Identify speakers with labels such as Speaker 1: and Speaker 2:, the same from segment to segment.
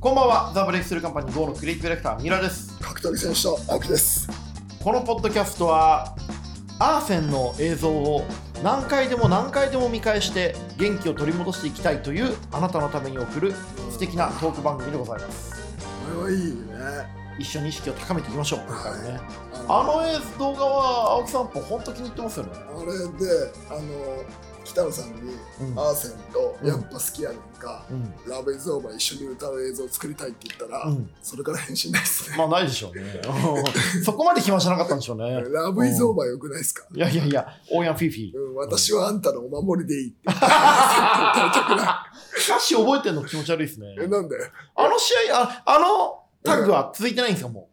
Speaker 1: こんばんは、ザ・ブレイクスルーカンパニー GO のクリエイティブディレクター、ミラです。
Speaker 2: 角谷選手と青木です。
Speaker 1: このポッドキャストは、アーセンの映像を何回でも何回でも見返して、元気を取り戻していきたいという、あなたのために送る素敵なトーク番組でございます。
Speaker 2: これはいいね。
Speaker 1: 一緒に意識を高めていきましょう、今回もね。
Speaker 2: あ
Speaker 1: あ
Speaker 2: の
Speaker 1: の映像動画は、青木さん、本当気に入ってますよね。
Speaker 2: あれであの北野さんに、
Speaker 1: うん
Speaker 2: アーセンとやっぱ好きやねんか、
Speaker 1: うん。
Speaker 2: ラブイズオーバー一緒に歌う映像を作りたいって言ったら、
Speaker 1: うん
Speaker 2: それから返信ないですね。
Speaker 1: まあ、ないでしょうね。 そこまで気はしなかったんでしょうね。
Speaker 2: ラブイズオーバーよくないですか、
Speaker 1: いやいやいや、オーヤンフィーフィー。
Speaker 2: うん、私はあんたのお守りでいいって。
Speaker 1: 歌詞覚えてんの気持ち悪いですね。
Speaker 2: えなんで
Speaker 1: あの試合、ああのタッグは続いてないんですか、も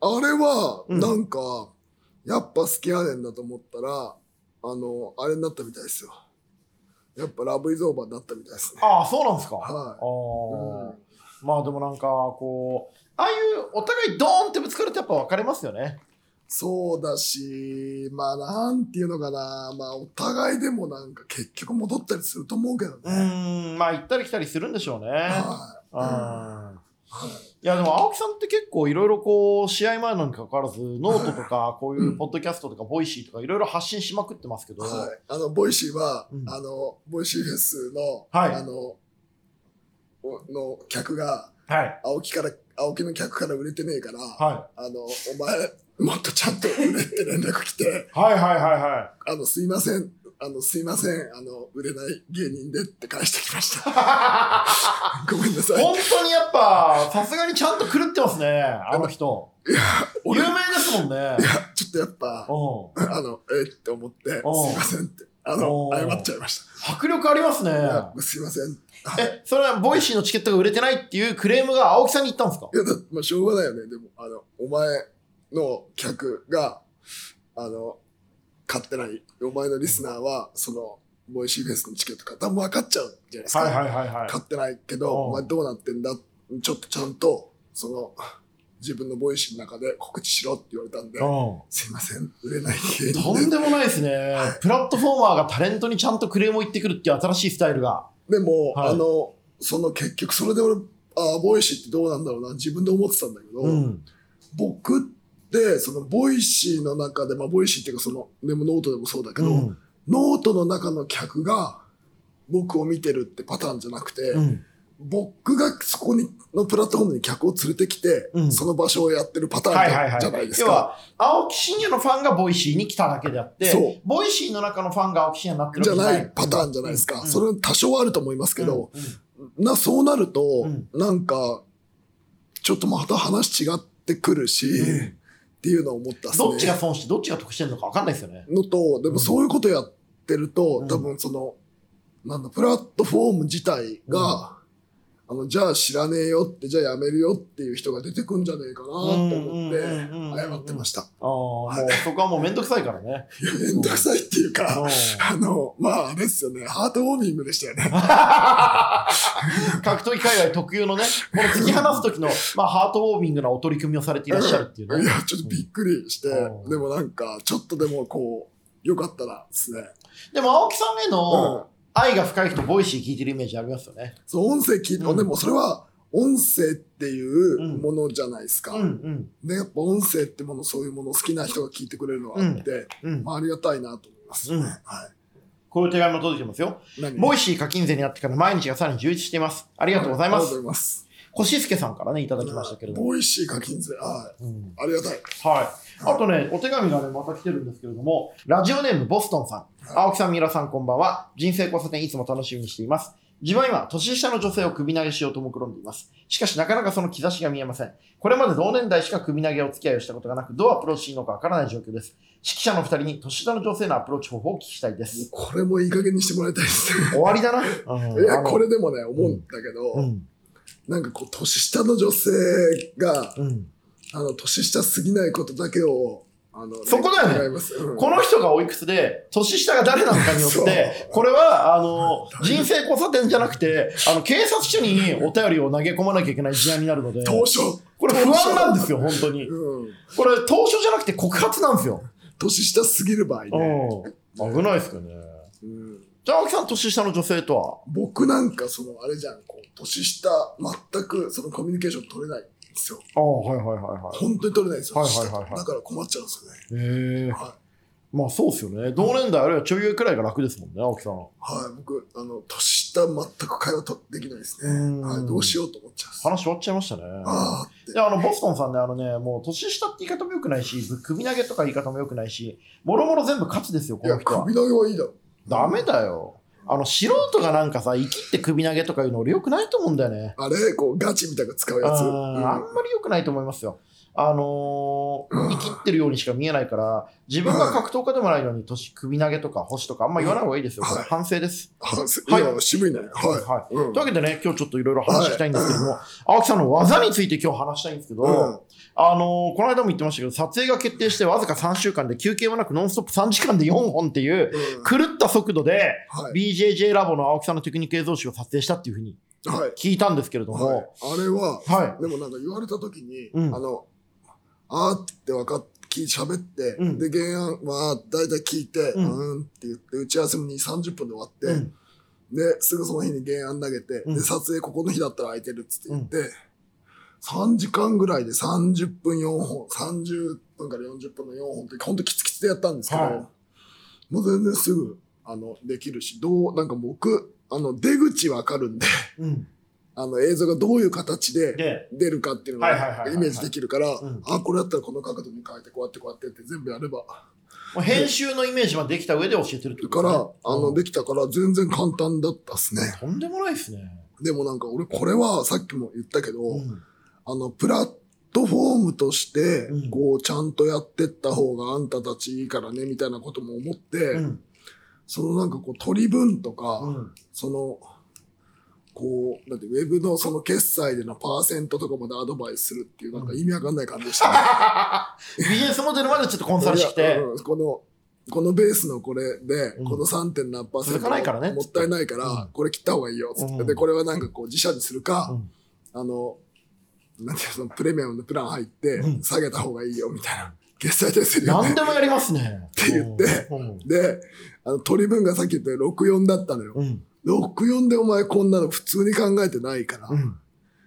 Speaker 2: あれは、
Speaker 1: うん
Speaker 2: なんか、やっぱ好きやねんだと思ったら、あの、あれになったみたいですよ。やっぱラブイズオーバーになったみたいです
Speaker 1: う。
Speaker 2: ね。
Speaker 1: ああ、そうなんですか。あ
Speaker 2: は
Speaker 1: あー、
Speaker 2: うん
Speaker 1: まあでもなんか、こう、ああいうお互いドーンってぶつかるとやっぱ別れますよね。
Speaker 2: い。そうだし、まあなんていうのかな、まあお互いでもなんか結局戻ったりすると思うけど
Speaker 1: う
Speaker 2: ね。
Speaker 1: ーん、まあ行ったり来たりするんでしょうね。う
Speaker 2: は
Speaker 1: んいやでも青木さんって結構いろいろこう試合前なのにかかわらずノートとかこういうポッドキャストとかボイシーとかいろいろ発信しまくってますけ
Speaker 2: い。
Speaker 1: ど、
Speaker 2: はい。あの、ボイシーは、
Speaker 1: うん
Speaker 2: あの、ボイシーフェスの、
Speaker 1: はい
Speaker 2: あの、おの客が、
Speaker 1: はい
Speaker 2: 青木から、青木の客から売れてねえから、
Speaker 1: は
Speaker 2: あの、お前、もっとちゃんと売れって連絡来て、
Speaker 1: いはいはいはいはい
Speaker 2: あの、すいません、あの、すいません、あの、売れない芸人でって返してきました。 ごめんなさい。
Speaker 1: 本当にやっぱ、さすがにちゃんと狂ってますね、あの人。有
Speaker 2: 俺、
Speaker 1: 名
Speaker 2: いや、
Speaker 1: ですもんね。
Speaker 2: ちょっとやっぱ、
Speaker 1: うん
Speaker 2: あの、えって思って、すいませんって、あの
Speaker 1: お、ー
Speaker 2: 謝っちゃいまし
Speaker 1: 迫力ありますね
Speaker 2: た。い。や、すいません。はい
Speaker 1: え、それはボイシーのチケットが売れてないっていうクレームが青木さんに言ったんですか
Speaker 2: いや、だまあ、しょうがないよね。でも、あの、お前の客が、あの、買ってない、お前のリスナーは、その、ボイシーフェスのチケット買ったもう分かっちゃうじゃないですか。
Speaker 1: いはいは
Speaker 2: 買ってないけど、
Speaker 1: うん
Speaker 2: お前どうなってんだちょっとちゃんと、その、自分のボイシーの中で告知しろって言われたんで、
Speaker 1: う
Speaker 2: すいません、売れない芸
Speaker 1: ん。とん
Speaker 2: 人で。
Speaker 1: でもないですね。プラットフォーマーがタレントにちゃんとクレームを言ってくるっていう新しいスタイルが。
Speaker 2: でも、
Speaker 1: はい
Speaker 2: あの、その結局それで俺、ああ、ボイシーってどうなんだろうな、自分で思ってたんだけど、
Speaker 1: うん。
Speaker 2: 僕って、そのボイシーの中で、まあ、ボイシーっていうか、その、でもノートでもそうだけど、
Speaker 1: うん
Speaker 2: ノートの中の客が、僕を見てるってパターンじゃなくて、
Speaker 1: うん。
Speaker 2: 僕がそこに、のプラットフォームに客を連れてきて、
Speaker 1: うん
Speaker 2: その場所をやってるパタ
Speaker 1: はい
Speaker 2: ー
Speaker 1: はい
Speaker 2: ンじゃな
Speaker 1: はいい
Speaker 2: で。す
Speaker 1: 要
Speaker 2: か。
Speaker 1: は、青木真也のファンがボイシーに来ただけであって
Speaker 2: そう、
Speaker 1: ボイシーの中のファンが青木真也になって
Speaker 2: じ
Speaker 1: る
Speaker 2: ゃ
Speaker 1: わけ
Speaker 2: ないパターンじゃないですか。それは多少はあると思いますけど、、
Speaker 1: うんうん
Speaker 2: なそうなると、
Speaker 1: うん
Speaker 2: なんか、ちょっとまた話違ってくるし、
Speaker 1: うん
Speaker 2: っていうのを思ったっすね
Speaker 1: どっちが損してどっちが得してるのか分かんないですよね。
Speaker 2: のと、で
Speaker 1: うん
Speaker 2: もそういうことやってると、
Speaker 1: うん
Speaker 2: 多分その、なんだ、プラットフォーム自体が、あの、じゃあ知らねえよって、じゃあやめるよっていう人が出てくんじゃねえかなと思って、謝ってま
Speaker 1: し
Speaker 2: した。
Speaker 1: た。ああ、もう そこはもうめんどくさいからね。
Speaker 2: いや、めんどくさいっていうか、
Speaker 1: うん
Speaker 2: あの、まあ、あれですよね、ハートウォーミングでしたよね。
Speaker 1: 格闘技界隈特有のね、この突き放す時の、まあ、ハートウォーミングなお取り組みをされていらっしゃるっていう
Speaker 2: い
Speaker 1: ね。
Speaker 2: や、ちょっとびっくりして、
Speaker 1: うん
Speaker 2: でもなんか、ちょっとでもこう、よかったらですね。
Speaker 1: でも青木さんへ
Speaker 2: うん
Speaker 1: の。愛が深い人、ボイシー聞いてるイメージありますよね。
Speaker 2: そう、音声聞いて、
Speaker 1: うん
Speaker 2: でもそれは、音声っていうものじゃないですか。
Speaker 1: うんうん
Speaker 2: で、やっぱ音声ってもの、そういうもの好きな人が聞いてくれるのはあって、
Speaker 1: うん。
Speaker 2: まあ、ありがたいなと思います、
Speaker 1: うん
Speaker 2: は
Speaker 1: こういう手紙も届いてますよ。
Speaker 2: い。何
Speaker 1: ボイシー課金税になってから毎日がさらに充実しています。あり
Speaker 2: あ
Speaker 1: がとうございま
Speaker 2: りがと
Speaker 1: す。
Speaker 2: うございます。
Speaker 1: 星助さんからね、いただきましたけれども。
Speaker 2: ボイシー課金税。あ
Speaker 1: うん
Speaker 2: あ、ありがたい。
Speaker 1: はい。あとね、お手紙がね、また来てるんですけれども、ラジオネームボストンさん。青木さん、三浦さん、こんばんは。人生交差点いつも楽しみにしています。自分は今、年下の女性を首投げしようと目論んでいます。しかし、なかなかその兆しが見えません。これまで同年代しか首投げお付き合いをしたことがなく、どうアプローチしていいのかわからない状況です。指揮者の二人に年下の女性のアプローチ方法をお聞きしたい です。
Speaker 2: これもいい加減にしてもらいたいですね。
Speaker 1: 終わりだな。
Speaker 2: いや、こ
Speaker 1: れ。
Speaker 2: れでもね、思うんだけど、
Speaker 1: うん、
Speaker 2: なんかこう、年下の女性が、
Speaker 1: うん。
Speaker 2: あの、年下すぎないことだけを、あの、
Speaker 1: そこだよね
Speaker 2: 願います。うん
Speaker 1: この人がおいくつで、年下が誰なのかによっ
Speaker 2: そう
Speaker 1: て、これは、あ の、人生交差点じゃなくて、あの、警察署にお便りを投げ込まなきゃいけない事案になるので、
Speaker 2: 当初。
Speaker 1: これ不安なんですよ、本当に。
Speaker 2: うん。
Speaker 1: これ、当初じゃなくて告発なんですよ。
Speaker 2: 年下すぎる場合ね。
Speaker 1: うん。危ないですかね。
Speaker 2: うん
Speaker 1: じゃあ、青木さん、年下の女性とは
Speaker 2: 僕なんかそのあれじゃん、こう、年下、全くそのコミュニケーション取れないんですよ。
Speaker 1: ああ、はいはいはいは
Speaker 2: 本当に取れないんですよ。
Speaker 1: はいはいはいはい
Speaker 2: 下だから困っちゃうんですよね。
Speaker 1: い。へえ
Speaker 2: は
Speaker 1: まあ、そうですよね。同年代あるいはちょい上くらいが楽ですもんね、青木さん。
Speaker 2: はい、僕、あの、年下全く会話とできないです
Speaker 1: うん
Speaker 2: ね。はい、どうしようと思っちゃうんです。
Speaker 1: 話終わっちゃいましたね。
Speaker 2: ああって。
Speaker 1: で、あの、ボストンさんね、あのね、もう、年下って言い方も良くないし、ぶ首投げとか言い方も良くないし、もろもろ全部勝ちですよ、こ
Speaker 2: いや、
Speaker 1: の人は。
Speaker 2: 首投げはいいだろ。
Speaker 1: ダメだよ。あの、素人がなんかさ、生きって首投げとか言うの俺良くないと思うんだよね。
Speaker 2: あれ、こう、ガチみたいなの使うやつ。
Speaker 1: うん
Speaker 2: うん
Speaker 1: あんまり良くないと思いますよ。あのー、生きってるようにしか見えないから、自分が格闘家でもないのに、年首投げとか星とかあんま言わない方がいいですよ。
Speaker 2: うん
Speaker 1: これ反省です。
Speaker 2: はいす、
Speaker 1: はい
Speaker 2: いや、渋いね。は
Speaker 1: はい
Speaker 2: い。う
Speaker 1: とい
Speaker 2: ん
Speaker 1: うわけでね、今日ちょっといろいろ話したいんですけども、青木さんの技について今日話したいんですけど、
Speaker 2: うん
Speaker 1: あのーこの間も言ってましたけど、撮影が決定してわずか3週間で休憩もなくノンストップ3時間で4本っていう、
Speaker 2: うん
Speaker 1: 狂った速度で、
Speaker 2: はい。
Speaker 1: BJJ ラボの青木さんのテクニック映像集を撮影したっていうふうに
Speaker 2: はい。
Speaker 1: 聞いたんですけれども、
Speaker 2: はいあれは、
Speaker 1: はい。
Speaker 2: でもなんか言われた時に、
Speaker 1: うん
Speaker 2: あの、あーって分かっ聞い喋って、
Speaker 1: うん
Speaker 2: で、原案は大体聞いて、
Speaker 1: う
Speaker 2: うんーんって言って、打ち合わせも2、30分で終わって、
Speaker 1: うん
Speaker 2: で、すぐその日に原案投げて、
Speaker 1: うん
Speaker 2: で、撮影ここの日だったら空いてるっつって言って、3時間ぐらいで30分4本、30分から40分の4本って、ほんとキツキツでやったんですけど、
Speaker 1: は
Speaker 2: もう全然すぐ、あの、できるし、どう、なんか僕、あの、出口わかるんで、
Speaker 1: うん
Speaker 2: あの、映像がどういう形で、
Speaker 1: で、
Speaker 2: 出るかっていうの
Speaker 1: はいはいはいは
Speaker 2: が
Speaker 1: い
Speaker 2: イメージできるから
Speaker 1: うん、
Speaker 2: あ、これだったらこの角度に変えて、こうやってこうやってって全部やれば。
Speaker 1: もう編集のイメージまでできた上で教えてるってこと
Speaker 2: から、
Speaker 1: ね
Speaker 2: あの、できたから全然簡単だったっすね。
Speaker 1: とんでもないですね。
Speaker 2: でもなんか俺、これはさっきも言ったけど、
Speaker 1: うん
Speaker 2: あの、プラットフォームとして
Speaker 1: うん、
Speaker 2: こう、ちゃんとやってった方があんたたちいいからね、みたいなことも思って、
Speaker 1: うん
Speaker 2: そのなんかこう、取り分とか、
Speaker 1: うん
Speaker 2: その、こう、なんて、ウェブのその決済でのパーセントとかまでアドバイスするっていう、なんか意味わかんない感じでしたね。
Speaker 1: ビジネスモデルまでちょっとコンサルしてきて、
Speaker 2: うんこの、このベースのこれで、
Speaker 1: うん
Speaker 2: この 3. 点何パーセン
Speaker 1: 続
Speaker 2: ト
Speaker 1: かないからね
Speaker 2: もったいないから、
Speaker 1: うん
Speaker 2: これ切った方がいいよ、つって。
Speaker 1: うん
Speaker 2: で、これはなんかこう自社にするか、
Speaker 1: うん
Speaker 2: あの、なんていうのその、プレミアムのプラン入って
Speaker 1: うん、
Speaker 2: 下げた方がいいよ、みたいな。決済でするよ
Speaker 1: 何
Speaker 2: ね。
Speaker 1: でもやりますね。
Speaker 2: って言って
Speaker 1: うん
Speaker 2: で、あの、取り分がさっき言ったように64だったのよ。
Speaker 1: うん
Speaker 2: 64でお前こんなの普通に考えてないから、
Speaker 1: うん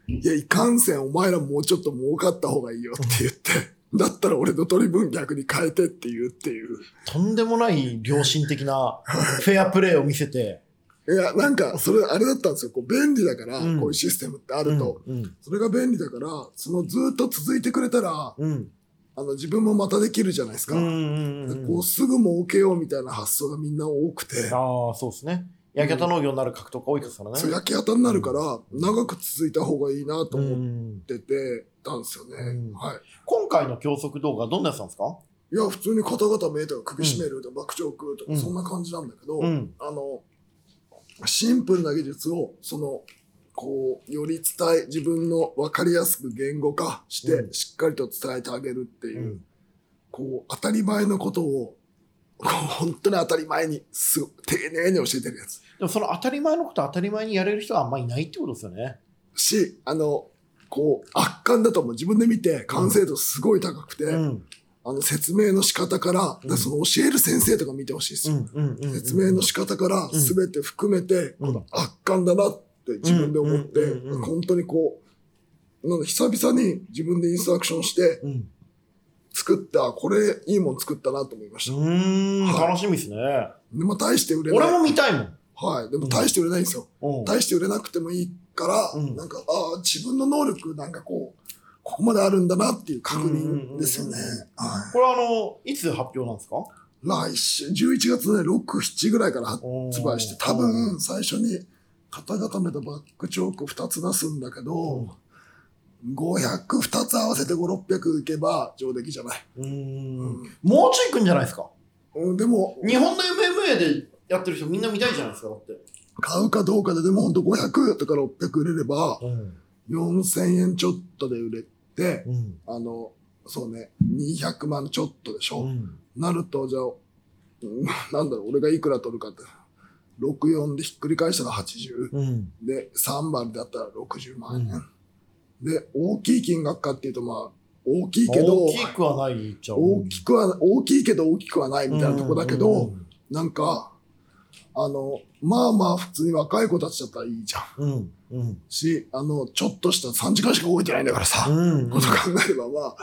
Speaker 2: いや、いかんせんお前らもうちょっと儲かった方がいいよって言って、だったら俺の取り分逆に変えてって言うっていう。
Speaker 1: とんでもない良心的なフェアプレーを見せて。
Speaker 2: いや、なんか、それ、あれだったんですよ。こう、便利だから、
Speaker 1: うん
Speaker 2: こういうシステムってあ
Speaker 1: う
Speaker 2: る
Speaker 1: ん
Speaker 2: と。
Speaker 1: うん
Speaker 2: それが便利だから、そのずっと続いてくれたら、
Speaker 1: うん
Speaker 2: あの、自分もまたできるじゃないです
Speaker 1: う
Speaker 2: か。
Speaker 1: んうんうん
Speaker 2: こう、すぐ儲けようみたいな発想がみんな多くて、
Speaker 1: ああ、そうですね。焼けた農業になる格闘家多いですから
Speaker 2: そう、
Speaker 1: ね。
Speaker 2: 焼き方になるから、長く続いた方がいいなと
Speaker 1: う
Speaker 2: 思っ
Speaker 1: ん
Speaker 2: てて、たんですよね。
Speaker 1: うん
Speaker 2: はい。
Speaker 1: 今回の教則動画、どんなやつなんですか
Speaker 2: いや、普通に肩肩目とか首絞めるとか、バクチョークと
Speaker 1: うん
Speaker 2: か、そんな感じなんだけど、
Speaker 1: うん
Speaker 2: あの、シンプルな技術を、その、こう、より伝え、自分の分かりやすく言語化して、
Speaker 1: うん
Speaker 2: しっかりと伝えてあげるって
Speaker 1: う
Speaker 2: いう、
Speaker 1: ん
Speaker 2: こう、当たり前のことを、こう本当に当たり前に、すご丁寧に教えてるやつ。
Speaker 1: でもその当たり前のこと当たり前にやれる人はあんまいないってことですよね。
Speaker 2: し、あの、こう、圧巻だと思う。自分で見て、完成度すごい高くて、
Speaker 1: うん
Speaker 2: あの、説明の仕方から、だからその教える先生とか見てほしいです
Speaker 1: う
Speaker 2: よ。
Speaker 1: んうんうん
Speaker 2: 説明の仕方から
Speaker 1: うん
Speaker 2: 全て含めて、
Speaker 1: うん
Speaker 2: この圧巻だなって自分で思って、
Speaker 1: うんうんうんうん
Speaker 2: 本当にこう、なんか久々に自分でインストラクションして
Speaker 1: うん
Speaker 2: 作った、これいいもん作ったなと思いました。
Speaker 1: うーん、
Speaker 2: はい
Speaker 1: 楽しみですね。
Speaker 2: でも大して売れない。
Speaker 1: 俺も見たいもん。
Speaker 2: はい。でも大して売れないんですよ。
Speaker 1: うん
Speaker 2: 大して売れなくてもいいから、
Speaker 1: うん
Speaker 2: なんか、ああ、自分の能力なんかこう、ここまであるんだなっていう確認ですよね
Speaker 1: うんうんうんうん。
Speaker 2: は
Speaker 1: これあの、いつ発表なんですか
Speaker 2: い。来週、11月ね、6、7ぐらいから発発売して、多分最初に肩固めとバックチョーク2つ出すんだけど、500、2つ合わせて5、600いけば上出来じゃない。
Speaker 1: うー。
Speaker 2: うんん
Speaker 1: もうちょい行くんじゃないですか。
Speaker 2: うんでも、
Speaker 1: 日本の MMA でやってる人みんな見たいじゃないですか、だって。
Speaker 2: 買うかどうかで、でも本当500とか600売れれば、
Speaker 1: うん。
Speaker 2: 4000円ちょっとで売れて、
Speaker 1: うん。
Speaker 2: あの、そうね、200万ちょっとでしょ。
Speaker 1: うん。
Speaker 2: なると、じゃあ、うんなんだろう、俺がいくら取るかって。64でひっくり返したら80。
Speaker 1: うん。
Speaker 2: で、3番だったら60万円。
Speaker 1: う
Speaker 2: で、大きい金額かっていうと、まあ、大きいけど、
Speaker 1: 大きくはないじゃん。
Speaker 2: 大きくは、大きいけど大きくはないみたいなとこだけど、
Speaker 1: うん、
Speaker 2: なんか、ああの、まあまあ普通に若い子たちだったらいいじゃん。
Speaker 1: うん。うん。
Speaker 2: し、あの、ちょっとした3時間しか動いてないんだからさ、
Speaker 1: うん。
Speaker 2: こと考えればまあ、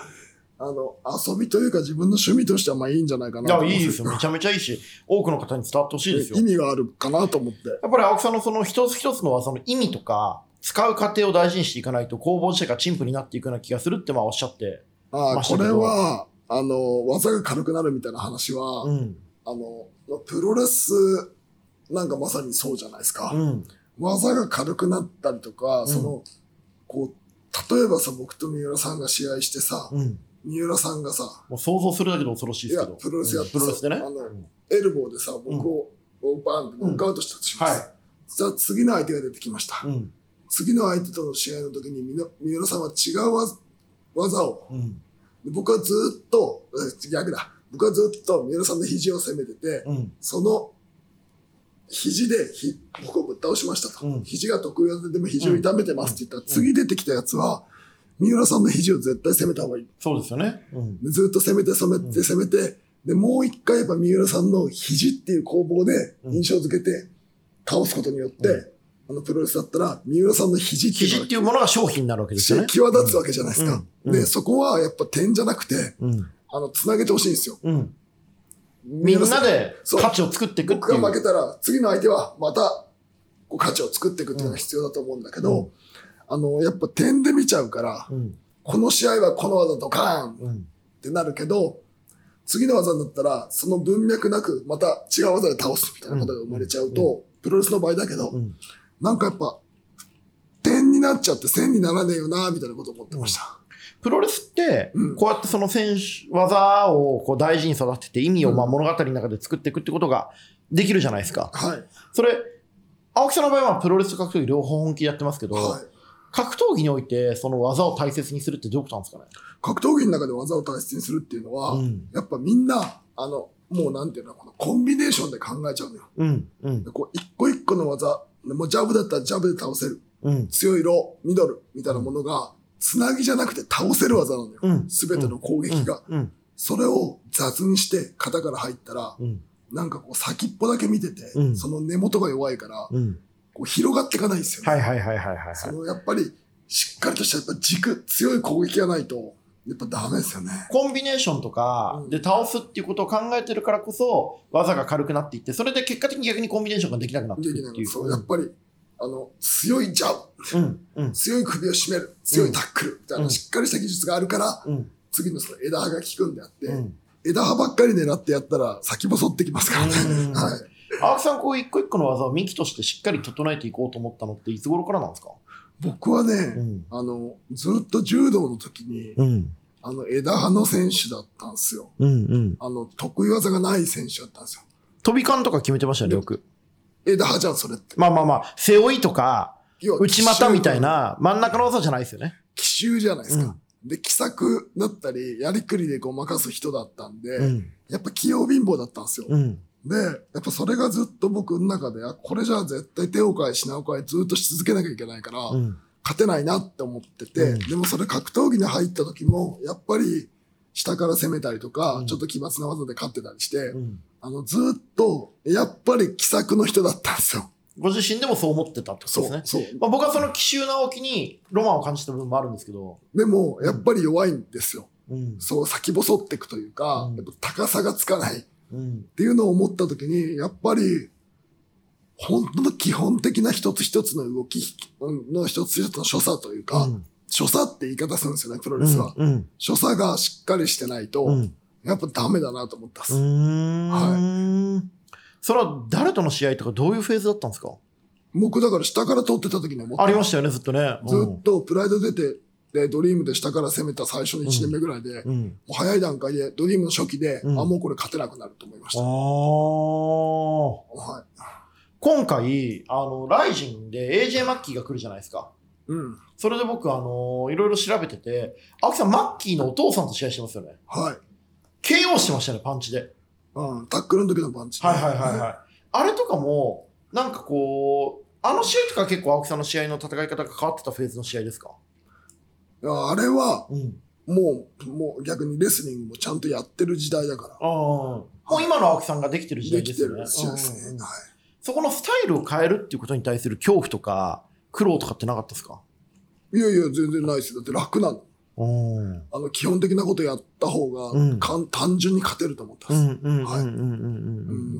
Speaker 2: あの、遊びというか自分の趣味としてはまあいいんじゃないか
Speaker 1: い
Speaker 2: なと
Speaker 1: や、
Speaker 2: 思
Speaker 1: い
Speaker 2: うん
Speaker 1: いですよ。めちゃめちゃいいし、多くの方に伝わってほしいですよ
Speaker 2: 意。味があるかなと思って。
Speaker 1: やっぱり青木さんのその一つ一つの技の意味とか、使う過程を大事にしていかないと、工房自体が陳腐になっていくような気がするってまあおっしゃって。
Speaker 2: あ
Speaker 1: ま
Speaker 2: あ、
Speaker 1: した
Speaker 2: こ
Speaker 1: け
Speaker 2: れ
Speaker 1: ど
Speaker 2: は、あの、技が軽くなるみたいな話は、
Speaker 1: うん。
Speaker 2: あの、プロレスなんかまさにそうじゃないですか。
Speaker 1: うん。
Speaker 2: 技が軽くなったりとか、
Speaker 1: ん
Speaker 2: その、こう、例えばさ、僕と三浦さんが試合してさ、
Speaker 1: うん。
Speaker 2: 三浦さんがさ、
Speaker 1: もう想像するだけで恐ろしい
Speaker 2: い
Speaker 1: です
Speaker 2: や、
Speaker 1: けど。
Speaker 2: プロレスやって
Speaker 1: うんプロレスでね。
Speaker 2: あの
Speaker 1: ん
Speaker 2: エルボーでさ、僕を、バーンってノックアウトしたとします。
Speaker 1: は
Speaker 2: じゃあ次の相手が出てきました。
Speaker 1: い。うん。
Speaker 2: 次の相手との試合の時に、みの三浦さんは違う技技を、
Speaker 1: うん。
Speaker 2: で僕はずっと、え逆だ、僕はずっと三浦さんの肘を攻めてて、
Speaker 1: うん。
Speaker 2: その肘でひ僕をぶっ倒しましたと、
Speaker 1: うん
Speaker 2: 肘が得意技ででも肘を痛めてますって言ったら、
Speaker 1: ん
Speaker 2: 次出てきたやつは三浦さんの肘を絶対攻めた方がいい
Speaker 1: そうですよね。うん。
Speaker 2: でずっと攻めて攻め
Speaker 1: う
Speaker 2: て
Speaker 1: ん
Speaker 2: 攻めて、でもう一回やっぱ三浦さんの肘っていう攻防で
Speaker 1: うん
Speaker 2: 印象付けて倒すことによって、
Speaker 1: う
Speaker 2: あのプロレスだったら三浦さんの肘っていう
Speaker 1: 肘
Speaker 2: の
Speaker 1: っていうものが商品になるわけですよ
Speaker 2: が
Speaker 1: ね。
Speaker 2: 際立つわけじゃないですか、
Speaker 1: うんうん
Speaker 2: でそこはやっぱ点じゃなくて
Speaker 1: うん。
Speaker 2: あのつなげてほしいんですよ
Speaker 1: うん。みんなで
Speaker 2: そう
Speaker 1: 価値を作っていくって
Speaker 2: 僕
Speaker 1: い
Speaker 2: が負
Speaker 1: う。
Speaker 2: けたら、次の相手はまた、こう、価値を作っていくっていうのが必要だと思うんだけど、
Speaker 1: うん
Speaker 2: あの、やっぱ点で見ちゃうから、
Speaker 1: うん。
Speaker 2: この試合はこの技ドカーンっ
Speaker 1: うん。
Speaker 2: てなるけど、次の技になったら、その文脈なく、また違う技で倒すみたいなことが生まれちゃうと、プロレスの場合だけど、
Speaker 1: うん。
Speaker 2: なんかやっぱ、点になっちゃって線にならねえよな、みたいなこと思ってました。
Speaker 1: プロレスって
Speaker 2: う、ん
Speaker 1: こうやってその選手、技をこう大事に育てて意味をまあ物語の中で作っていくってことができるじゃないですか。
Speaker 2: はい。
Speaker 1: それ、青木さんの場合はプロレスと格闘技両方本気でやってますけど、
Speaker 2: はい。
Speaker 1: 格闘技においてその技を大切にするってどういうことなんですかね
Speaker 2: 格闘技の中で技を大切にするっていうのは、
Speaker 1: うん。
Speaker 2: やっぱみんな、あの、もうなんていうの、このコンビネーションで考えちゃうのよ。
Speaker 1: うん。うん。
Speaker 2: でこう一個一個の技、もうジャブだったらジャブで倒せる。
Speaker 1: うん。
Speaker 2: 強いロー、ミドルみたいなものが、つなぎじゃなくて倒せる技なのよ。
Speaker 1: うん。
Speaker 2: すべての攻撃が。
Speaker 1: うん。
Speaker 2: それを雑にして型から入ったら、
Speaker 1: うん。
Speaker 2: なんかこう先っぽだけ見てて
Speaker 1: う、ん
Speaker 2: その根元が弱いから、
Speaker 1: うん。
Speaker 2: こう広がっていかないんですよね。
Speaker 1: はいはいはいはいはい。
Speaker 2: そのやっぱり、しっかりとしたやっぱ軸、強い攻撃がないと、やっぱダメですよね。
Speaker 1: コンビネーションとか
Speaker 2: うん
Speaker 1: で倒すっていうことを考えてるからこそ技が軽くなっていってそれで結果的に逆にコンビネーションができなくなって
Speaker 2: で
Speaker 1: い
Speaker 2: き
Speaker 1: く
Speaker 2: な
Speaker 1: っ
Speaker 2: い
Speaker 1: てい
Speaker 2: の。
Speaker 1: う。
Speaker 2: そう、やっぱり、あの、強いジャブ、
Speaker 1: うんうん
Speaker 2: 強い首を絞める、強いタックルみたいな、
Speaker 1: うん
Speaker 2: しっかりした技術があるから、
Speaker 1: うん
Speaker 2: 次のその枝葉が効くんであって、
Speaker 1: うん
Speaker 2: 枝葉ばっかり狙ってやったら先細ってきますからね。
Speaker 1: うん
Speaker 2: はい。
Speaker 1: 青木さんこう一個一個の技を幹としてしっかり整えていこうと思ったのっていつ頃からなんですか
Speaker 2: 僕はね、
Speaker 1: ん
Speaker 2: あの、ずっと柔道の時に、
Speaker 1: うん
Speaker 2: あの、枝葉の選手だったんですよ。
Speaker 1: うんうん
Speaker 2: あの、得意技がない選手だったんですよ。
Speaker 1: 飛び感とか決めてましたよねよく
Speaker 2: 枝葉じゃん、それって。
Speaker 1: まあまあまあ背負いとか
Speaker 2: 要は
Speaker 1: 内
Speaker 2: 奇襲
Speaker 1: 股みたい。な真ん中の技じゃないですよね
Speaker 2: 奇襲じゃないですか。
Speaker 1: うん
Speaker 2: で、奇策だったり、やりくりでごまかす人だったんで、
Speaker 1: うん
Speaker 2: やっぱ器用貧乏だったんですよ。
Speaker 1: うん
Speaker 2: で、やっぱそれがずっと僕の中で、あこれじゃ絶対手を変え品を変えずっとし続けなきゃいけないから、
Speaker 1: うん
Speaker 2: 勝てないなって思ってて、
Speaker 1: うん
Speaker 2: でもそれ格闘技に入った時も、やっぱり下から攻めたりとか、
Speaker 1: うん
Speaker 2: ちょっと奇抜な技で勝ってたりして、
Speaker 1: うん
Speaker 2: あの、ずっと、やっぱり奇策の人だったんですよ。
Speaker 1: ご自身でもそう思ってたってこと
Speaker 2: そ
Speaker 1: です
Speaker 2: う
Speaker 1: ね、
Speaker 2: そう。
Speaker 1: まあ、僕はその奇襲な青木にロマンを感じた部分もあるんですけど
Speaker 2: でも、やっぱり弱いんですよ。
Speaker 1: うん
Speaker 2: そう、先細っていくというか、
Speaker 1: うん
Speaker 2: やっぱ高さがつかないっ
Speaker 1: うん
Speaker 2: ていうのを思った時に、やっぱり、本当の基本的な一つ一つの動きうんの一つ一つの所作というか、
Speaker 1: うん
Speaker 2: 所作って言い方するんですよね、プロ
Speaker 1: う
Speaker 2: レスは。
Speaker 1: んうん
Speaker 2: 所作がしっかりしてないと、
Speaker 1: うん
Speaker 2: やっぱダメだなと思ったっ
Speaker 1: う
Speaker 2: す。
Speaker 1: ーんそれは誰との試合とかどういうフェーズだったんですか
Speaker 2: 僕だから下から取ってた時に思っ
Speaker 1: あ
Speaker 2: た。
Speaker 1: りましたよねずっとね
Speaker 2: ずっとプライド出て、で、ドリームで下から攻めた最初の1年目ぐらいで、も
Speaker 1: うん
Speaker 2: う早い段階で、ドリームの初期で、
Speaker 1: うん
Speaker 2: あ、もうこれ勝てなくなると思いまし
Speaker 1: あ
Speaker 2: た。
Speaker 1: あ
Speaker 2: はい。
Speaker 1: 今回、あの、ライジンで AJ マッキーが来るじゃないですか。
Speaker 2: うん。
Speaker 1: それで僕、あの、いろいろ調べてて、青木さん、マッキーのお父さんと試合してますよね。
Speaker 2: はい。
Speaker 1: KO してましたね、パンチで。
Speaker 2: うん、タックルの時のパンチ、い。
Speaker 1: い。あれとかも、なんかこう、あの試合とか結構青木さんの試合の戦い方が変わってたフェーズの試合ですか
Speaker 2: やあれは、
Speaker 1: うん。
Speaker 2: もう、もう逆にレスリングもちゃんとやってる時代だから。
Speaker 1: ああ。もう今の青木さんができてる時代
Speaker 2: で
Speaker 1: で
Speaker 2: き
Speaker 1: す
Speaker 2: て
Speaker 1: よね。
Speaker 2: る時代です
Speaker 1: うんうんう
Speaker 2: ね。
Speaker 1: ん
Speaker 2: は
Speaker 1: そこのスタイルを変えるっていうことに対する恐怖とか苦労とかってなかったですか
Speaker 2: いやいや、全然ないですよだって楽なの。
Speaker 1: おうん
Speaker 2: あの、基本的なことやった方が、
Speaker 1: うん
Speaker 2: かん単純に勝てると思ったん
Speaker 1: う
Speaker 2: です。
Speaker 1: んうんうん
Speaker 2: はい
Speaker 1: うん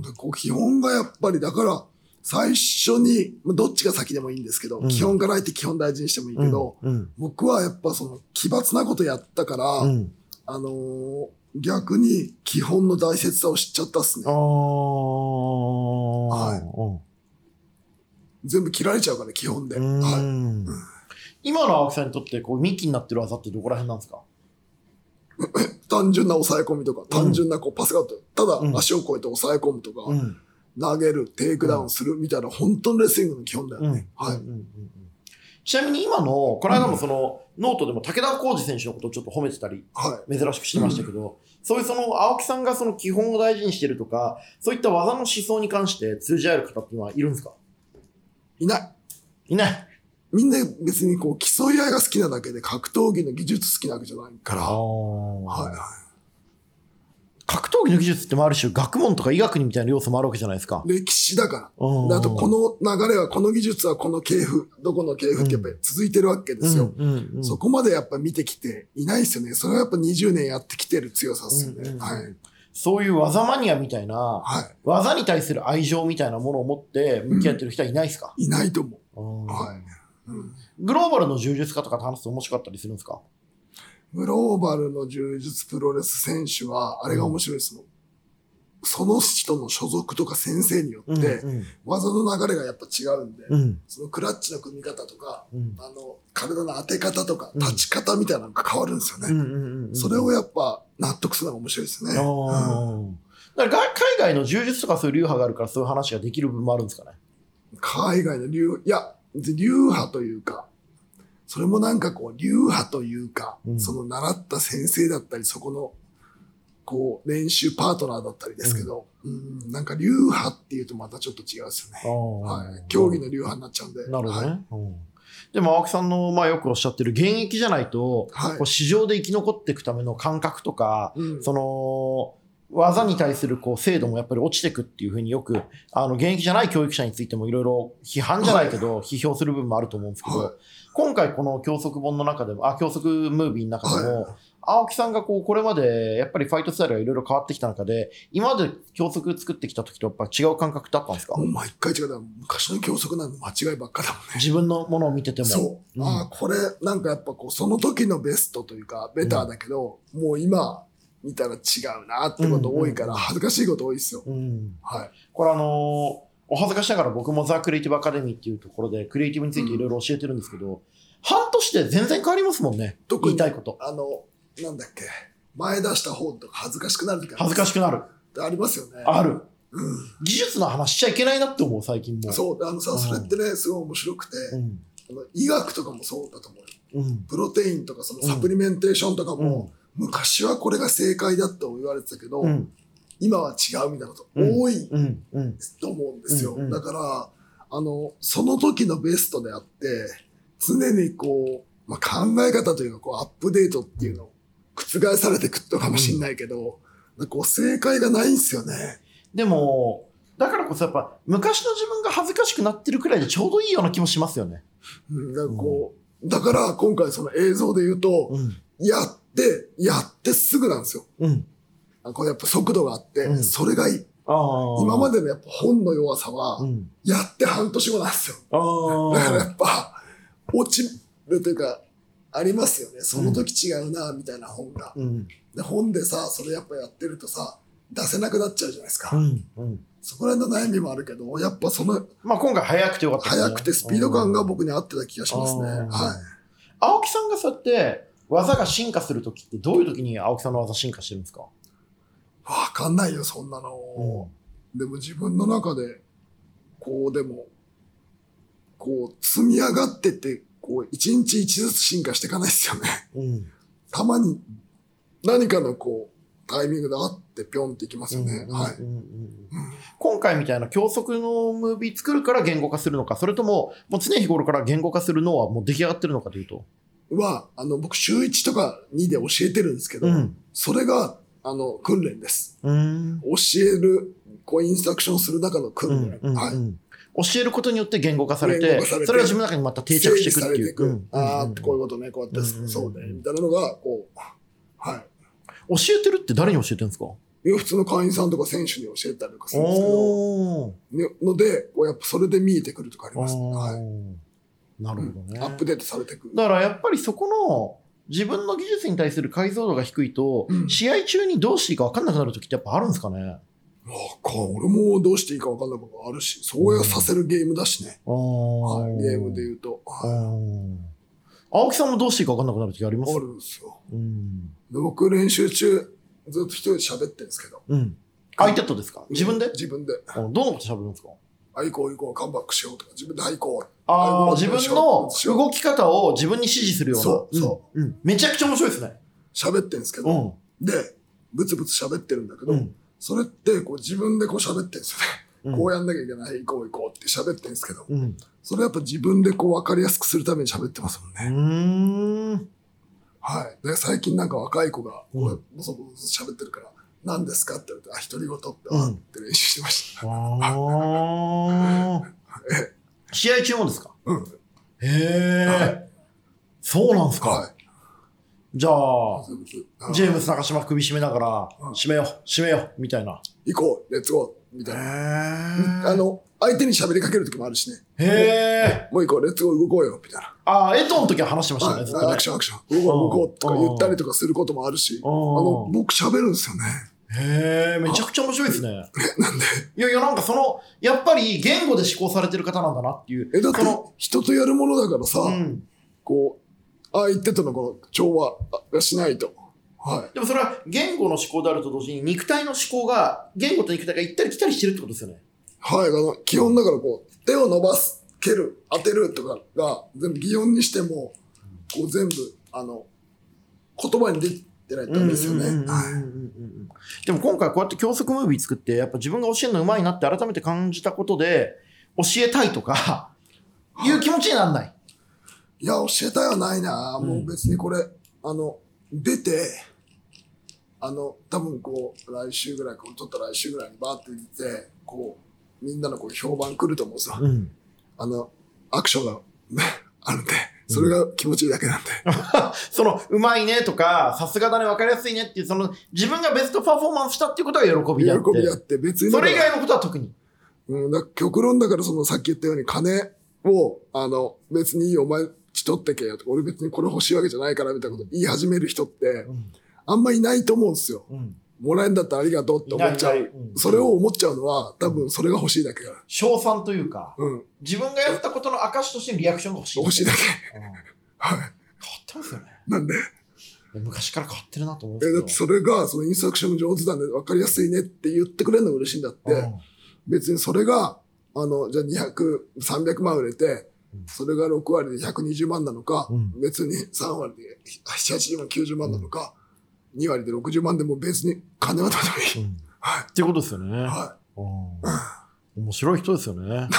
Speaker 2: うん、こう基本がやっぱり、だから、最初に、まあどっちが先でもいいんですけど、
Speaker 1: うん
Speaker 2: 基本がないって基本大事にしてもいい
Speaker 1: うん
Speaker 2: けど、
Speaker 1: うん
Speaker 2: 僕はやっぱその、奇抜なことやったから、
Speaker 1: うん
Speaker 2: あのー逆に基本の大切さを知っちゃったっ
Speaker 1: あ
Speaker 2: す
Speaker 1: ー
Speaker 2: ね。はい全部切られちゃうから、基本で。
Speaker 1: うん
Speaker 2: は
Speaker 1: 今の青木さんにとってこう幹になってる技ってどこら辺なんですか
Speaker 2: い、単純な抑え込みとか、単純なこうパスカット、ただ
Speaker 1: うん
Speaker 2: 足を越えて抑え込むとか、
Speaker 1: ん
Speaker 2: 投げる、テイクダウンするみたいな、本当のレスリングの基本だよ
Speaker 1: う
Speaker 2: ね。
Speaker 1: ん
Speaker 2: はい
Speaker 1: うんうんうんちなみに今のこの間もそのノートでも武田浩二選手のことをちょっと褒めてたり
Speaker 2: はい。
Speaker 1: 珍しくしてましたけど、そういうその青木さんがその基本を大事にしてるとか、そういった技の思想に関して通じ合える方っていうのはいるんですか
Speaker 2: いない。
Speaker 1: いない。
Speaker 2: みんな別にこう競い合いが好きなだけで格闘技の技術好きなわけじゃないから。はいはい。
Speaker 1: 格闘技の技術ってもある種、学問とか医学にみたいな要素もあるわけじゃないですか。
Speaker 2: 歴史だから。
Speaker 1: うん
Speaker 2: であとこの流れはこの技術はこの系譜、どこの系譜ってやっぱり続いてるわけですよ。
Speaker 1: うんうんうん
Speaker 2: そこまでやっぱ見てきていないですよね。それはやっぱ20年やってきてる強さですよ
Speaker 1: うんうんう
Speaker 2: ね。
Speaker 1: ん
Speaker 2: はい。
Speaker 1: そういう技マニアみたいな、
Speaker 2: は
Speaker 1: 技に対する愛情みたいなものを持って向き合ってる人はいないですか、
Speaker 2: い。いないと思
Speaker 1: うん
Speaker 2: う。はい。うん
Speaker 1: グローバルの柔術家とかと話すと面白かったりするんですか
Speaker 2: グローバルの柔術プロレス選手は、あれが面白いですもん。その人の所属とか先生によって、
Speaker 1: うん
Speaker 2: 技の流れがやっぱ違うんで、
Speaker 1: うん
Speaker 2: そのクラッチの組み方とか、
Speaker 1: うん
Speaker 2: あの、体の当て方とか、
Speaker 1: うん
Speaker 2: 立ち方みたいなのが変わるんですよね。
Speaker 1: うんうんうんうん
Speaker 2: それをやっぱ納得するのが面白いですね。うん
Speaker 1: ああ。だからが海外の柔術とかそういう流派があるからそういう話ができる部分もあるんですかね。
Speaker 2: 海外の流、いや、流派というか、それもなんかこう、流派というか、
Speaker 1: うん
Speaker 2: その習った先生だったり、そこの、こう、練習パートナーだったりですけど、うん、なんか流派っていうとまたちょっと違うですよね。はい。競技の流派になっちゃうんで。
Speaker 1: なるほど
Speaker 2: はい。
Speaker 1: ね。うんでも青木さんの、まあ、よくおっしゃってる現役じゃないと、
Speaker 2: はい
Speaker 1: こう市場で生き残っていくための感覚とか、
Speaker 2: うん
Speaker 1: その技に対するこう精度もやっぱり落ちていくっていうふうによくあの現役じゃない教育者についてもいろいろ批判じゃないけど、批評する部分もあると思うんですけど、
Speaker 2: はい
Speaker 1: 今回この教則本の中でもあ教則ムービーの中でも、
Speaker 2: は
Speaker 1: 青木さんがこうこれまでやっぱりファイトスタイルがいろいろ変わってきた中で今まで教則作ってきた時とやっぱ違う感覚ってあったんですか
Speaker 2: もう毎回違う。昔の教則なんて間違いばっかだもんね。
Speaker 1: 自分のものを見てても。
Speaker 2: そう。
Speaker 1: うん
Speaker 2: ああ、これ、なんかやっぱこう、その時のベストというか、ベターだけど、もう今、見たら違うなってこと多いか
Speaker 1: うんうんうん
Speaker 2: ら、恥ずかしいこと多いですよ。
Speaker 1: うん
Speaker 2: はい。
Speaker 1: これあのーお恥ずかしながら僕もザ・クリエイティブ・アカデミーっていうところでクリエイティブについていろいろ教えてるんですけど、半年で全然変わりますもんね。
Speaker 2: 特
Speaker 1: 言い
Speaker 2: に
Speaker 1: た、いこと。
Speaker 2: あの、なんだっけ、前出した本とか恥ずかしくなる時
Speaker 1: 恥ずかしくなる。
Speaker 2: くありますよね。
Speaker 1: ある。
Speaker 2: う
Speaker 1: 技術の話しちゃいけないなって思う、最近も。
Speaker 2: ん。そう、あのさ、それってね、すごい面白くて、
Speaker 1: うん。
Speaker 2: あの医学とかもそうだと思うよ。
Speaker 1: うん。
Speaker 2: プロテインとか、そのサプリメンテーションとか
Speaker 1: うん
Speaker 2: も、。昔はこれが正解だと言われてたけど、
Speaker 1: うん。
Speaker 2: 今は違うみたいなこと、
Speaker 1: うん
Speaker 2: 多い
Speaker 1: うん。うん。
Speaker 2: と思うんですよ。
Speaker 1: うんうん
Speaker 2: だから、あの、その時のベストであって、常にこう、まあ、考え方というか、こう、アップデートっていうのを覆されてくっとかもしんないけど、なんかこう、正解がないんですよね。
Speaker 1: でも、だからこそやっぱ昔の自分が恥ずかしくなってるくらいでちょうどいいような気もしますよね。
Speaker 2: うん、なんかこう、だから今回その映像で言うと、
Speaker 1: うん。
Speaker 2: やって、やってすぐなんですよ。
Speaker 1: うん。
Speaker 2: あこれやっぱ速度があって、
Speaker 1: うん
Speaker 2: それがいい。
Speaker 1: ああ。
Speaker 2: 今までのやっぱ本の弱さは、
Speaker 1: うん。
Speaker 2: やって半年後なんですよ。
Speaker 1: あ
Speaker 2: だからや
Speaker 1: あ。
Speaker 2: っぱ落ちるというかありますよねその時違うなみたいな本が、
Speaker 1: うん。
Speaker 2: で本でさそれやっぱやってるとさ出せなくなっちゃうじゃないですか、
Speaker 1: うん。うん。
Speaker 2: そこら辺の悩みもあるけどやっぱその
Speaker 1: まあ今回早くてよかったですね
Speaker 2: 速くてスピード感が僕に合ってた気がしますね、
Speaker 1: うん
Speaker 2: は
Speaker 1: 青木さんがそうやって技が進化するときってどういうときに青木さんの技進化してるんですか、
Speaker 2: いわかんないよそんなの、でも自分の中でこうでもこう積み上がってってこう一日一ずつ進化していかないですよね
Speaker 1: うん、
Speaker 2: たまに何かのこうタイミングであってピョンっていきますよね。はい。
Speaker 1: うんうんうん今回みたいな教則のムービー作るから言語化するのかそれとももう常日頃から言語化するのはもう出来上がってるのかというと、
Speaker 2: は、あの、僕、週1とか2で教えてるんですけど、それが、あの、訓練です。
Speaker 1: うん。
Speaker 2: 教える、こう、インストラクションする中の訓
Speaker 1: う
Speaker 2: 練
Speaker 1: ん。うん
Speaker 2: はい。
Speaker 1: うん教えることによって言語化され
Speaker 2: 言
Speaker 1: て、
Speaker 2: 語化されて
Speaker 1: それが自分の中にまた定着していくっていう。
Speaker 2: 整理されていくああ、こういう
Speaker 1: う
Speaker 2: ことね、こうやって、
Speaker 1: うん
Speaker 2: そうね、みたいなのが、こう、はい。
Speaker 1: ん教えてるって誰に教えてるんですか
Speaker 2: いや普通の会員さんとか選手に教えたりとかするんですけど、
Speaker 1: おー
Speaker 2: ねので、こうやっぱそれで見えてくるとかありますね。はい。
Speaker 1: はい、なるほどね、
Speaker 2: うんアップデートされてくる。
Speaker 1: だからやっぱりそこの自分の技術に対する解像度が低いと、
Speaker 2: うん
Speaker 1: 試合中にどうしていいか分かんなくなる時ってやっぱあるんですかね
Speaker 2: なんか、俺もどうしていいか分かんないことがあるし、そうやさせるゲームだしね。は、
Speaker 1: はい
Speaker 2: ゲームで言うと、
Speaker 1: う
Speaker 2: はい
Speaker 1: ん青木さんもどうしていいか分かんなくなる時あります
Speaker 2: あるんですよ。
Speaker 1: うん、
Speaker 2: で僕練習中、ずっと一人で喋ってるんですけど。
Speaker 1: うん、相手とですか自分で、
Speaker 2: 自分で。
Speaker 1: うんどのこと喋るんですか
Speaker 2: あ、行こう行こう、カムバックしようとか、自分で、あ、行こう。
Speaker 1: あ
Speaker 2: あ
Speaker 1: あ
Speaker 2: ー
Speaker 1: 自分の動き方を自分に指示するような
Speaker 2: そうそ
Speaker 1: うんうんめちゃくちゃ面白いですね
Speaker 2: 喋ってるんですけ
Speaker 1: う
Speaker 2: ど、
Speaker 1: ん
Speaker 2: で、ブツブツ喋ってるんだけど、
Speaker 1: うん
Speaker 2: それって、こう自分でこう喋ってるんですよ
Speaker 1: う
Speaker 2: ね。
Speaker 1: ん
Speaker 2: こうやんなきゃいけない、行こう行こうって喋ってるんですけど、
Speaker 1: うん
Speaker 2: それやっぱ自分でこう分かりやすくするために喋ってますもん
Speaker 1: う
Speaker 2: ね。
Speaker 1: ーん
Speaker 2: はい。で、最近なんか若い子が、
Speaker 1: う
Speaker 2: こ
Speaker 1: ん
Speaker 2: うボソボソ喋ってるから、何ですかって言われて、あ、独り言って、
Speaker 1: う
Speaker 2: あ
Speaker 1: ん
Speaker 2: って練習してました。
Speaker 1: あ ー試合中もですか
Speaker 2: うん。
Speaker 1: へえ、
Speaker 2: はい
Speaker 1: そうなんですか、
Speaker 2: は
Speaker 1: じゃあ
Speaker 2: い。、ブツブツあ
Speaker 1: ジェームス中島首絞めながら、
Speaker 2: うん
Speaker 1: 締めよう、締めよう、みたいな。
Speaker 2: 行こう、レッツゴーみたいな。あ
Speaker 1: へ
Speaker 2: の、相手に喋りかける時もあるしね。
Speaker 1: え。へー
Speaker 2: もう行こう、レッツゴー動こうよ、みたいな。
Speaker 1: あー、エトの時は話してました
Speaker 2: は
Speaker 1: ね、
Speaker 2: い、
Speaker 1: ずっと
Speaker 2: ア
Speaker 1: ね
Speaker 2: ク。ションアクション。動こう動こうとか
Speaker 1: うん
Speaker 2: 言ったりとかすることもあるし、あの、
Speaker 1: う
Speaker 2: 僕喋るんですよね。
Speaker 1: んへえ、めちゃくちゃ面白いですね。
Speaker 2: えなんで
Speaker 1: いやいや、なんかその、やっぱり言語で思考されてる方なんだなっていう。
Speaker 2: え、だっ
Speaker 1: その
Speaker 2: て、人とやるものだからさ、
Speaker 1: うん。
Speaker 2: こう、相手とのこの調和がしないと。は
Speaker 1: でもそれは言語の思考であると同時に、肉体の思考が、言語と肉体が行ったり来たりしてるってことですよね。
Speaker 2: い。はい、あの、基本だからこう、手を伸ばす、蹴る、当てるとかが、全部擬音にしても、こう全部、あの、言葉にできてないとダメですよね。
Speaker 1: うんうんうんうん
Speaker 2: はい
Speaker 1: うんうんでも今回こうやって教則ムービー作って、やっぱ自分が教えるのうまいなって改めて感じたことで、教えたいとか、
Speaker 2: はい
Speaker 1: いう気持ちになんない。
Speaker 2: いや、教えたいはないな。もう別にこれ、あの、出て、あの、多分こう、来週ぐらい、こう撮った来週ぐらいにバーって出て、こう、みんなのこう評判来ると思うさ。
Speaker 1: うん。
Speaker 2: あの、アクションが、ね、あるんで、それが気持ちいいだけな んで。
Speaker 1: その、うまいねとか、さすがだね、わかりやすいねっていう、その、自分がベストパフォーマンスしたっていうことが喜びであって。
Speaker 2: 喜びであって、別にだ
Speaker 1: そ
Speaker 2: から
Speaker 1: れ以外のことは特に。
Speaker 2: うん、だから極論だから、そのさっき言ったように金を、あの、別にいいよお前、ち取ってけよとか、俺別にこれ欲しいわけじゃないから、みたいなこと言い始める人って、あんまいないと思うんですよ。
Speaker 1: うん。
Speaker 2: もらえんだったらありがとうって思っちゃ。
Speaker 1: いないういないうん
Speaker 2: それを思っちゃうのは、多分それが欲しいだけだ。
Speaker 1: 称賛というか、
Speaker 2: うん。
Speaker 1: 自分がやったことの証としてリアクションが欲しい。
Speaker 2: 欲しいだけ。
Speaker 1: うん。変わ
Speaker 2: は
Speaker 1: ってますよね。
Speaker 2: い。なんで、
Speaker 1: 昔から変わってるなと思うんで
Speaker 2: え、
Speaker 1: す
Speaker 2: だ
Speaker 1: け
Speaker 2: っ
Speaker 1: ど
Speaker 2: て。それが、そのインストラクション上手だね、わかりやすいねって言ってくれるのが嬉しいんだって、
Speaker 1: うん
Speaker 2: 別にそれが、あの、じゃあ200、300万売れて
Speaker 1: うん、
Speaker 2: それが6割で120万なのか、
Speaker 1: うん
Speaker 2: 別に3割で80万、90万なのか、2割で60万でも別に金はどうでもいい。
Speaker 1: うん
Speaker 2: はい
Speaker 1: っていうことですよね。
Speaker 2: は
Speaker 1: うん面白い人ですよ ね。なんで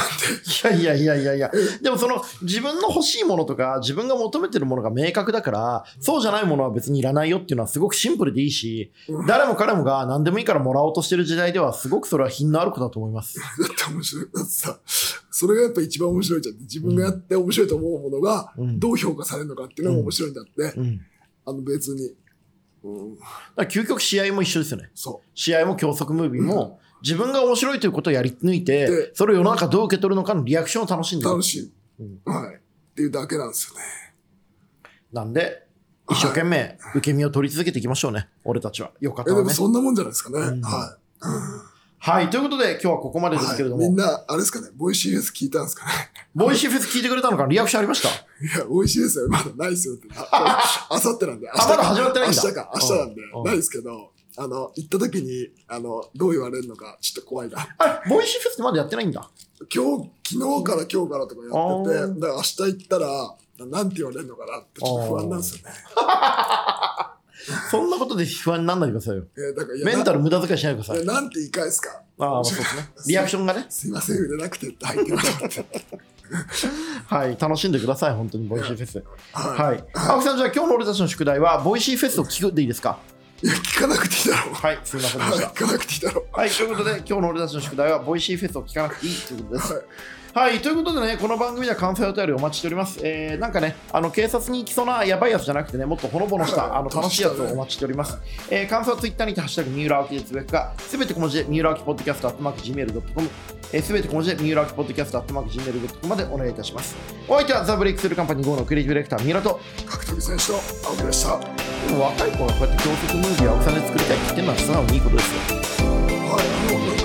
Speaker 1: いやいやいやいやいや。でもその自分の欲しいものとか自分が求めてるものが明確だから、そうじゃないものは別にいらないよっていうのはすごくシンプルでいいし
Speaker 2: う、ん
Speaker 1: 誰も彼もが何でもいいからもらおうとしてる時代ではすごくそれは品のあることだと思います。
Speaker 2: い。だって面白い。だってさ、それがやっぱ一番面白いじゃん。自分がやって面白いと思うものが、
Speaker 1: うん。
Speaker 2: どう評価されるのかっていうのが面白いんだって、
Speaker 1: うん、だ
Speaker 2: あの別に、うん、
Speaker 1: から究極試合も一緒ですよね。
Speaker 2: そ
Speaker 1: 試合も教則ムービーも自分が面白いということをやり抜いて
Speaker 2: で、
Speaker 1: それを世の中どう受け取るのかのリアクションを楽しん
Speaker 2: う
Speaker 1: でる
Speaker 2: 楽しい、
Speaker 1: うん
Speaker 2: はいっていうだけなんですよね
Speaker 1: なんで、一生懸命受け身を取り続けていきましょうね。俺たちは。よかった
Speaker 2: えで
Speaker 1: わ
Speaker 2: も
Speaker 1: ね。
Speaker 2: そんなもんじゃないですかね、
Speaker 1: うん
Speaker 2: はい
Speaker 1: はい。ということで、今日はここまでです
Speaker 2: はい
Speaker 1: けれど
Speaker 2: みん
Speaker 1: も、
Speaker 2: なあれですかねボイシーフェス聞いたんですかね
Speaker 1: ボイシーフェス聞いてくれたのかなリアクションありました
Speaker 2: いやボイシーフェスはまだないですよってああさってなんで明
Speaker 1: あ、
Speaker 2: 日
Speaker 1: まだ始まってない
Speaker 2: 明
Speaker 1: んだ。
Speaker 2: 日か明日なんで
Speaker 1: うん
Speaker 2: ないですけどあの行った時にあのどう言われるのかちょっと怖いな
Speaker 1: あれ、ボイシーフェスってまだやってないんだ。
Speaker 2: 今日昨日から今日からとかや
Speaker 1: あ
Speaker 2: って
Speaker 1: ー
Speaker 2: てだから明日行ったらなんて言われるのかなってちょっと不安なんですよね
Speaker 1: そんなことで不安にならないでくださいよ。
Speaker 2: えーだからいや
Speaker 1: メンタル無駄遣いしないでください。
Speaker 2: えなんて言い返すか
Speaker 1: ああ、まあそうですね。リアクションがね。
Speaker 2: すいません、売れなくてって入ってま した。
Speaker 1: はい。楽しんでください、本当に、ボイシーフェス。
Speaker 2: は
Speaker 1: はい。青木さん、じゃあ今日の俺たちの宿題は、ボイシーフェスを聞くでいいですか
Speaker 2: いや、聞かなくていいだろう。
Speaker 1: はい、すみませんで
Speaker 2: はい
Speaker 1: し、た。
Speaker 2: 聞かなくていいだろう。
Speaker 1: はい、ということで、今日の俺たちの宿題は、ボイシーフェスを聞かなくていいということです。はい、ということでね、この番組では関西お便りお待ちしております。えー、なんかね、あの警察に行きそうなやばいやつじゃなくてね、もっとほのぼのした、あの楽しいやつをお待ちしております。えー、感想はツイッターにて、ハッシュタグ、三浦明でつぶやくか、すべて小文字で、三浦明ポッドキャスト、アットマーク、gmail.com、えー、すべて小文字で、三浦明ポッドキャスト、アットマーク、gmail.com までお願いいたします。お相手は、ザ・ブレイクスルーカンパニー GO のクリエイティブディレクター、三浦と、
Speaker 2: 格闘技選手の青木でした。
Speaker 1: でも若い子がこうやって教則ムービーを青木さんで作りたいって言ってるのは素直にいいことですよ。
Speaker 2: はい、あの、